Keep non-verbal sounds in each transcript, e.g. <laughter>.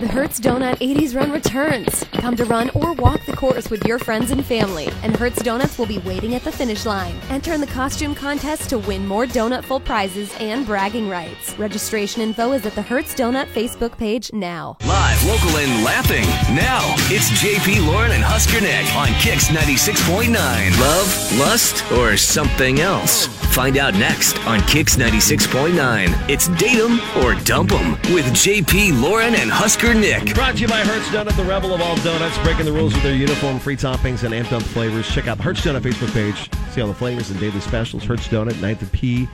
The Hertz Donut 80s Run returns. Come to run or walk the course with your friends and family, and Hertz Donuts will be waiting at the finish line. Enter in the costume contest to win more donutful prizes and bragging rights. Registration info is at the Hertz Donut Facebook page now. Live, local, and laughing. Now, it's JP Lauren and Husker Nick on Kix 96.9. Love, lust, or something else? Find out next on Kix 96.9. It's Date 'em or Dump 'em with JP Lauren and Husker Nick. Brought to you by Hertz Donut, the rebel of all donuts, breaking the rules with their uniform, free toppings, and amped up flavors. Check out the Hertz Donut Facebook page. See all the flavors and daily specials. Hertz Donut, 9th and P,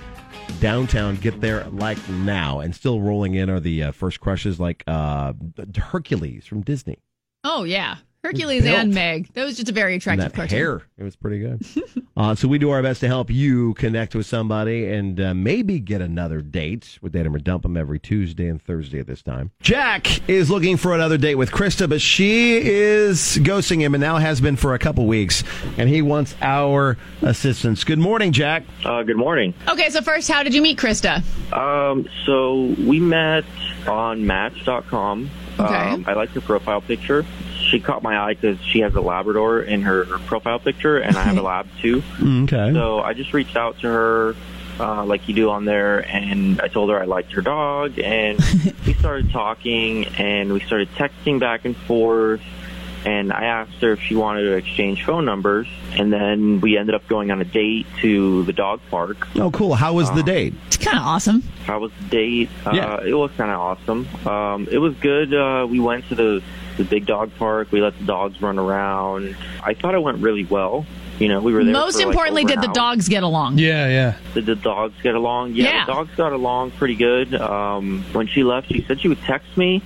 downtown. Get there like now. And still rolling in are the uh, first crushes like uh, Hercules from Disney. Oh yeah, Hercules built. and Meg. That was just a very And attractive that cartoon. hair, it was pretty good. <laughs> uh, so we do our best to help you connect with somebody and uh, maybe get another date with Date 'em or Dump 'em every Tuesday and Thursday at this time. Jack is looking for another date with Krista, but she is ghosting him and now has been for a couple weeks, and he wants our assistance. Good morning, Jack. Uh, good morning. Okay, so first, how did you meet Krista? Um, so we met on Match.com. Okay. Um, I liked her profile picture. She caught my eye because she has a Labrador in her, her profile picture, and I have a lab too. Mm, Okay. So I just reached out to her, uh, like you do on there, and I told her I liked her dog, and we started talking, and we started texting back and forth, and I asked her if she wanted to exchange phone numbers, and then we ended up going on a date to the dog park. Oh, cool. How was the date? It's kind of awesome. How was the date? Yeah. Uh, it was kind of awesome. Um, it was good. Uh, we went to the, the big dog park. We let the dogs run around. I thought it went really well. You know, we were there. Most for, like, importantly, over did an the hour. dogs get along? Yeah, yeah. Did the dogs get along? Yeah, Yeah. the dogs got along pretty good. Um, when she left, she said she would text me,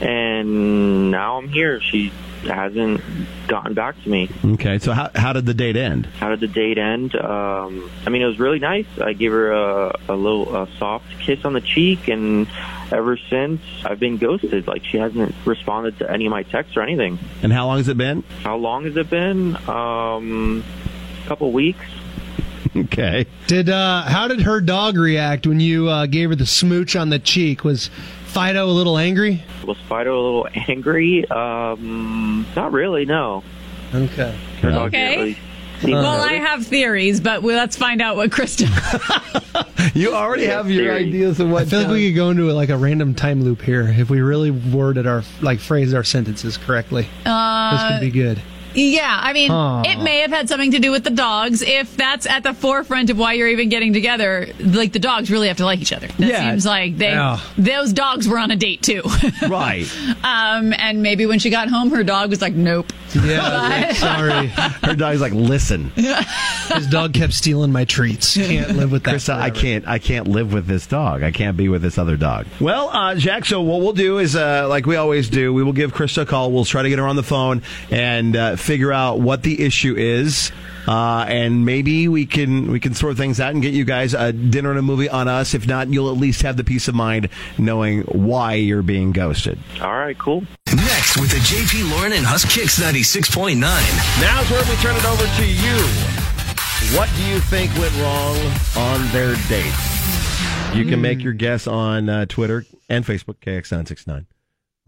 and now I'm here. She hasn't gotten back to me. Okay. So how, how did the date end? How did the date end? Um, I mean, it was really nice. I gave her a, a little a soft kiss on the cheek, and ever since I've been ghosted. Like she hasn't responded to any of my texts or anything. And how long has it been? <laughs> How long has it been? Um, a couple weeks. Okay. Did uh, how did her dog react when you uh, gave her the smooch on the cheek? Was Fido a little angry? Was Fido a little <laughs> angry? Um, not really. No. Okay. Her Uh, dog Okay. didn't really seem Well, I noticed. have theories, but we, let's find out what Krista. <laughs> You already have your Theory. ideas of I what. feel like we could go into like a random time loop here if we really worded our like phrased our sentences correctly. this could be good. yeah, I mean, Aw. it may have had something to do with the dogs. If that's at the forefront of why you're even getting together, like the dogs really have to like each other. That Yeah. seems like they Yeah. those dogs were on a date too. <laughs> Right. um, and maybe when she got home, her dog was like, "Nope." <laughs> Yeah. sorry, Her dog's like, listen. his dog kept stealing my treats. Can't live with that. Krista, I forever. can't. I can't live with this dog. I can't be with this other dog. Well, uh, Jack. So what we'll do is, uh, like we always do, we will give Krista a call. We'll try to get her on the phone and uh, figure out what the issue is, uh, and maybe we can we can sort things out and get you guys a dinner and a movie on us. If not, you'll at least have the peace of mind knowing why you're being ghosted. All right. Cool. Next with the JP Lauren and Husk Kix 96.9. Now's where we turn it over to you. What do you think went wrong on their date? You can make Hmm. your guess on uh, Twitter and Facebook, KX969,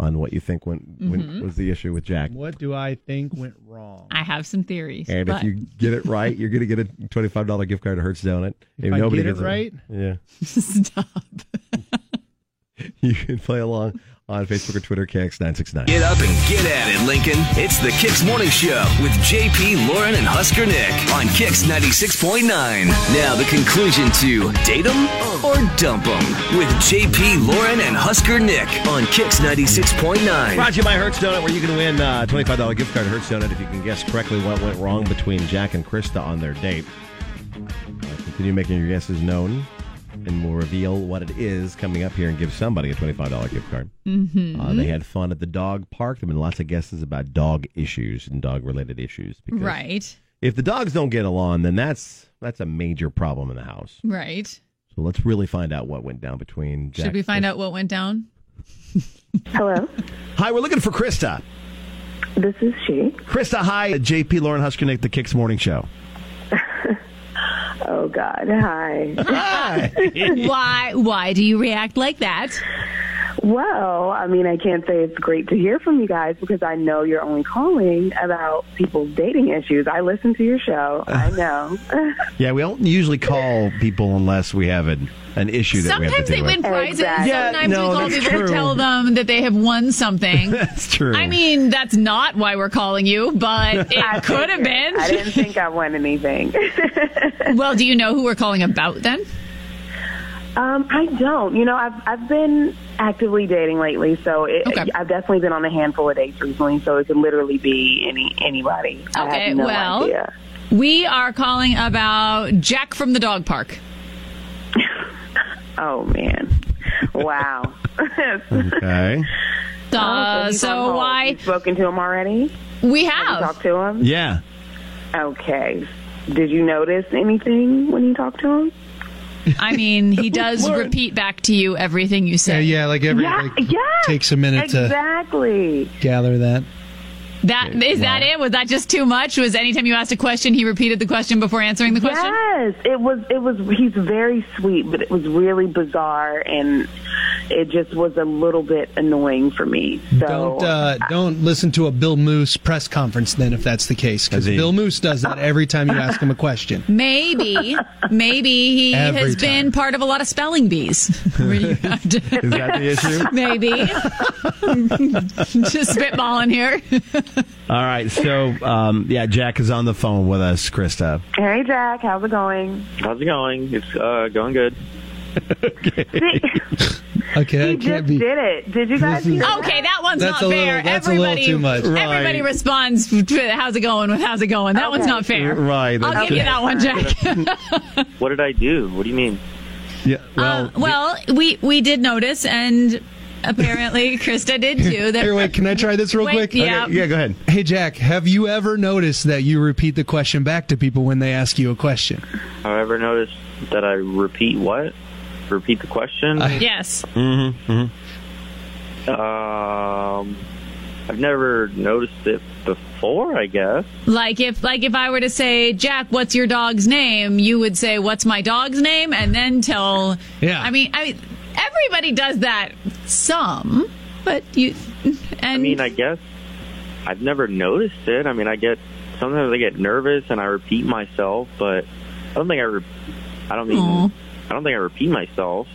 on what you think went, went was the issue with Jack. Mm-hmm. What do I think went wrong? I have some theories. And but- if you get it right, you're going to get a $25 gift card to Hertz Donut. If, I get it right? Yeah. <laughs> <laughs> Stop. You can play along on Facebook or Twitter, KX969. Get up and get at it, Lincoln. It's the Kix Morning Show with JP Lauren and Husker Nick on Kix 96.9. Now, the conclusion to Date 'em or Dump 'em with JP Lauren and Husker Nick on Kix 96.9. Brought to you by Hertz Donut, where you can win uh, $25 gift card to Hertz Donut if you can guess correctly what went wrong between Jack and Krista on their date. Uh, continue making your guesses known, and we'll reveal what it is coming up here and give somebody a $25 gift card. Mm-hmm. Uh, they had fun at the dog park. There have been lots of guesses about dog issues and dog related issues. Because Right. If the dogs don't get along, then that's that's a major problem in the house. Right. So let's really find out what went down between Jack Should we find out what went <laughs> down? Hello, Hi, we're looking for Krista. this is she. Krista, hi. JP Lauren Husker Nick, The Kicks Morning Show. Oh God, hi. Hi. why why do you react like that? Well, I mean, I can't say it's great to hear from you guys because I know you're only calling about people's dating issues. I listen to your show. <laughs> I know. Yeah, we don't usually call people unless we have an, an issue that we have Sometimes to they deal win with. prizes. Exactly. Yeah, Sometimes no, we call that's people true. to tell them that they have <laughs> won something. That's true. I mean, that's not why we're calling you, <laughs> but it could have I <laughs> been. didn't think I won anything. <laughs> Well, do you know who we're calling about then? Um, I don't. You know, I've I've been actively dating lately, so it, Okay. I've definitely been on a handful of dates recently. So it could literally be any anybody. I Okay, have no well- idea. We are calling about Jack from the dog park. Oh man! Wow. <laughs> Mm-hmm. okay. Uh, Oh, he's on so hold. why Oh. You've spoken to him already? we You <laughs> have? talked to him? Yeah. Okay. Did you notice anything when you talked to him? I mean, he does repeat back to you everything you Yeah, say. yeah, like every yeah. like, yes, takes a minute Exactly. to gather that. That is that it? Was that just too much? Was anytime you asked a question, he repeated the question before answering the question? Yes, it was. It was. He's very sweet, but it was really bizarre, and it just was a little bit annoying for me. So Don't uh, don't listen to a Bill Moose press conference then, if that's the case, because Indeed. Bill Moose does that every time you ask him a question. Maybe, maybe he <laughs> Every has time. been part of a lot of spelling bees. <laughs> Where you have to- Is that the <laughs> issue? maybe. <laughs> Just spitballing here. All right. So, um, yeah, Jack is on the phone with us, Krista. hey, Jack, how's it going? How's it going? It's uh, going good. See, Okay, he that can't just be. did it. Did you guys? This is- hear that? Okay, that one's That's not a little- fair. that's a little everybody, too much. everybody Right. responds to how's it going with how's it going. That one's Okay. not fair. Right. I'll give you that one, Jack. What did I do? What do you mean? Yeah, <laughs> well, Uh, <laughs> well, we we did notice, and apparently Krista did too. That Here, wait, can I try this real Wait, quick? yeah. okay, yeah, go ahead. Hey, Jack, have you ever noticed that you repeat the question back to people when they ask you a question? Have I ever noticed that I repeat what? Repeat the question? yes, um, I've never noticed it before, I guess. like if like if I were to say Jack, what's your dog's name? You would say what's my dog's name, and then tell. Yeah. I mean, I mean, everybody does that some, but you. And I mean, I guess I've never noticed it. I mean, I get sometimes I get nervous and I repeat myself, but I don't think I. Re- I don't mean. Aw. I don't think I repeat myself.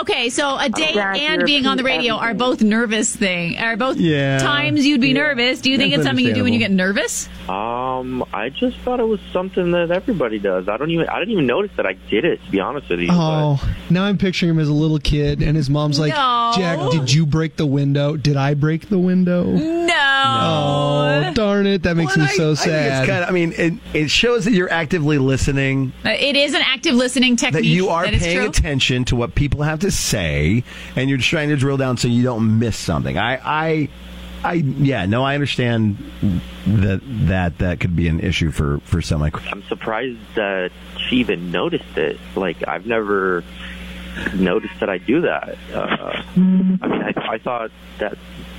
Okay, so a date Jack, and you're being on the radio everything. are both nervous thing. Are both Yeah. times you'd be nervous. Do you think That's it's something you do when you get nervous? Um, I just thought it was something that everybody does. I don't even. I didn't even notice that I did it. To be honest with you. Oh, now I'm picturing him as a little kid, and his mom's like, No. Jack, did you break the window? Did I break the window? No. Oh, darn it. That makes Well, me so I- I, think sad. it's kinda, I mean, it, it shows that you're actively listening, Uh, It is an active listening technique. that you are is paying true. attention to what people have to say, and you're trying to drill down so you don't miss something. I, I, I yeah, no, I understand that that that could be an issue for for some. Like, I'm surprised that she even noticed it. Like I've never noticed that I do that. Uh, I mean, I, I thought that.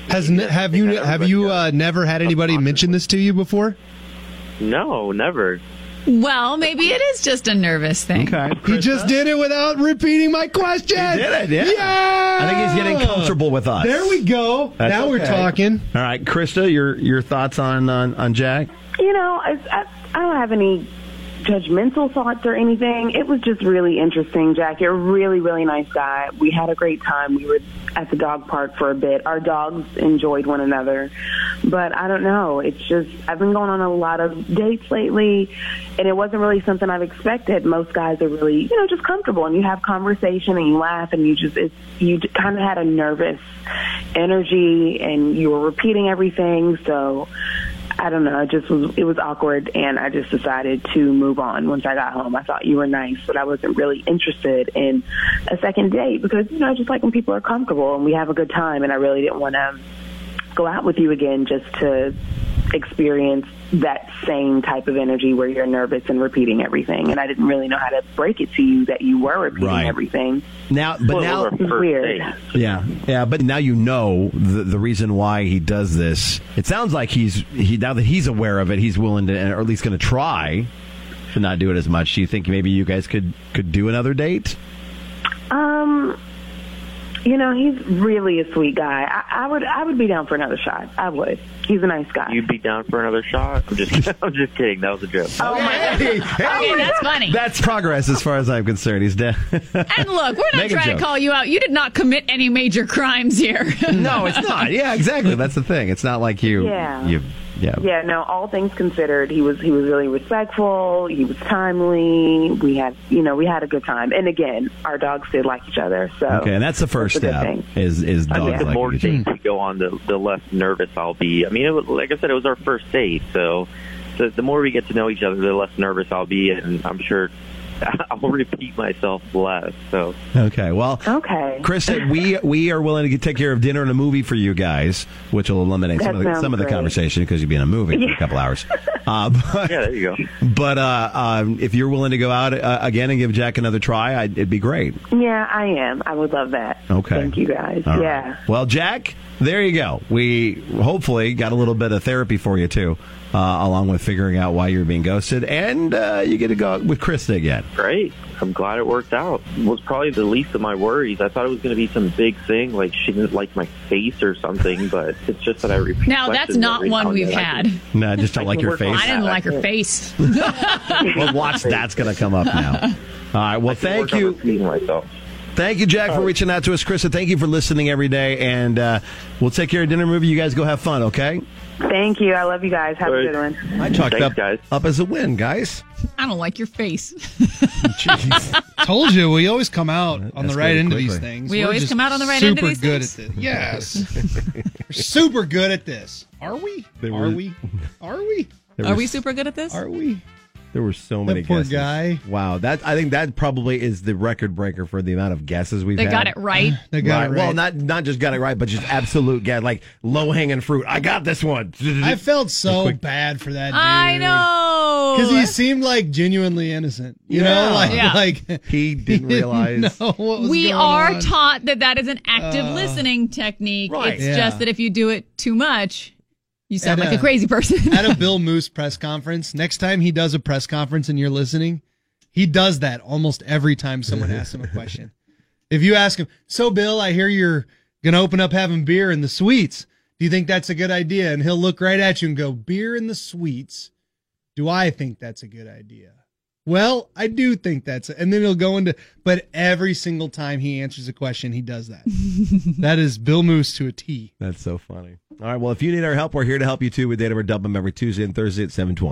Has n- have you have you uh, never had anybody mention this to you before? No, never. Well, maybe it is just a nervous thing. He just did it without repeating my question. He did it, yeah. Yeah. I think he's getting comfortable with us. There we go. That's now we're okay. talking. All right, Krista, your your thoughts on on, on Jack? You know, I, I, I don't have any judgmental thoughts or anything. It was just really interesting, Jack. You're a really, really nice guy. We had a great time. We were at the dog park for a bit. Our dogs enjoyed one another. But I don't know. It's just, I've been going on a lot of dates lately, and it wasn't really something I've expected. Most guys are really, you know, just comfortable, and you have conversation, and you laugh, and you just, it's, you kind of had a nervous energy, and you were repeating everything, so... I don't know. It just was it was awkward, and I just decided to move on once I got home. I thought you were nice, but I wasn't really interested in a second date because you know I just like when people are comfortable and we have a good time, and I really didn't want to go out with you again just to experience that same type of energy where you're nervous and repeating everything. And I didn't really know how to break it to you that you were repeating Right. everything. Now, but Well, now, our first Weird. date. Yeah, yeah, but now you know the, the reason why he does this. It sounds like he's he now that he's aware of it, he's willing to, or at least going to try to not do it as much. Do you think maybe you guys could could do another date? Um, You know, he's really a sweet guy. I, I would I would be down for another shot. I would. He's a nice guy. You'd be down for another shot? I'm just, <laughs> I'm just kidding. That was a joke. oh my God. Hey, Okay, that's funny. That's progress as far as I'm concerned. He's <laughs> dead. and look, we're not Make a trying joke. to call you out. You did not commit any major crimes here. no, it's not. <laughs> Yeah, exactly. That's the thing. It's not like you. Yeah. You. Yeah. Yeah, no, all things considered, he was he was really respectful, he was timely, we had you know, we had a good time. And again, our dogs did like each other. So Okay, and that's the first That's a good step. thing. Is is I dogs think the like more each other. dates we go on, the, the less nervous I'll be. I mean, it was, like I said, it was our first date, so the, the more we get to know each other, the less nervous I'll be, and I'm sure <laughs> I'll repeat myself less. So Okay. Well. Okay. Kristen, we we are willing to take care of dinner and a movie for you guys, which will eliminate some That of the, sounds some of the great. conversation because you'll be in a movie for a Yeah. couple <laughs> hours. Uh, but yeah, there you go. but uh, um, if you're willing to go out uh, again and give Jack another try, I'd, it'd be great. Yeah, I am. I would love that. Okay. Thank you guys. All right. yeah. Well, Jack, there you go. We hopefully got a little bit of therapy for you too, uh, along with figuring out why you're being ghosted, and uh, you get to go out with Krista again. Great. I'm glad it worked out. It was probably the least of my worries. I thought it was going to be some big thing, like she didn't like my face or something, but it's just that I repeat. now, that's questions not every now one and we've then. I had. can- No, I just don't like can your work on face. I didn't like her face. Well, watch that's going to come up now. All right. Well, I can thank work on you. repeating myself. Thank you, Jack, for reaching out to us. Krista, thank you for listening every day. And uh, we'll take care of dinner movie. You guys go have fun, okay? Thank you. I love you guys. Have Right. a good one. I talked Thanks, up, guys. up as a win, <laughs> guys. I don't like your face. Told you, we always come out on the right Escalated end of quickly. these things. We We're always just come out on the right end of super these good things? At this. Yes, <laughs> we're super good at this. Are we? They Are were- <laughs> we? Are we? There Are was- we super good at this? Are we? There were so That many poor guesses. guy. Wow, that I think that probably is the record breaker for the amount of guesses we've They had. got it <sighs> right. They got Right. it right. Well, not not just got it right, but just absolute guess, like low hanging fruit. I got this one. I felt so quick- bad for that. Dude. I know. because he seemed like genuinely innocent. You Yeah. know, like Yeah. like he <laughs> didn't realize. know what was we going are on. Uh, taught that that is an active listening technique. Right. It's Yeah. just that if you do it too much, you sound And, like a uh, crazy <laughs> person. at a Bill Moose press conference. Next time he does a press conference and you're listening, he does that almost every time someone asks him a question. If you ask him, "So Bill, I hear you're going to open up having beer in the suites. Do you think that's a good idea?" and he'll look right at you and go, "Beer in the suites? Do I think that's a good idea?" Well, I do think that's, and then he'll go into, but every single time he answers a question, he does that. that is Bill Moose to a T. That's so funny. All right. Well, if you need our help, we're here to help you too with Data Dump them every Tuesday and Thursday at seven twenty.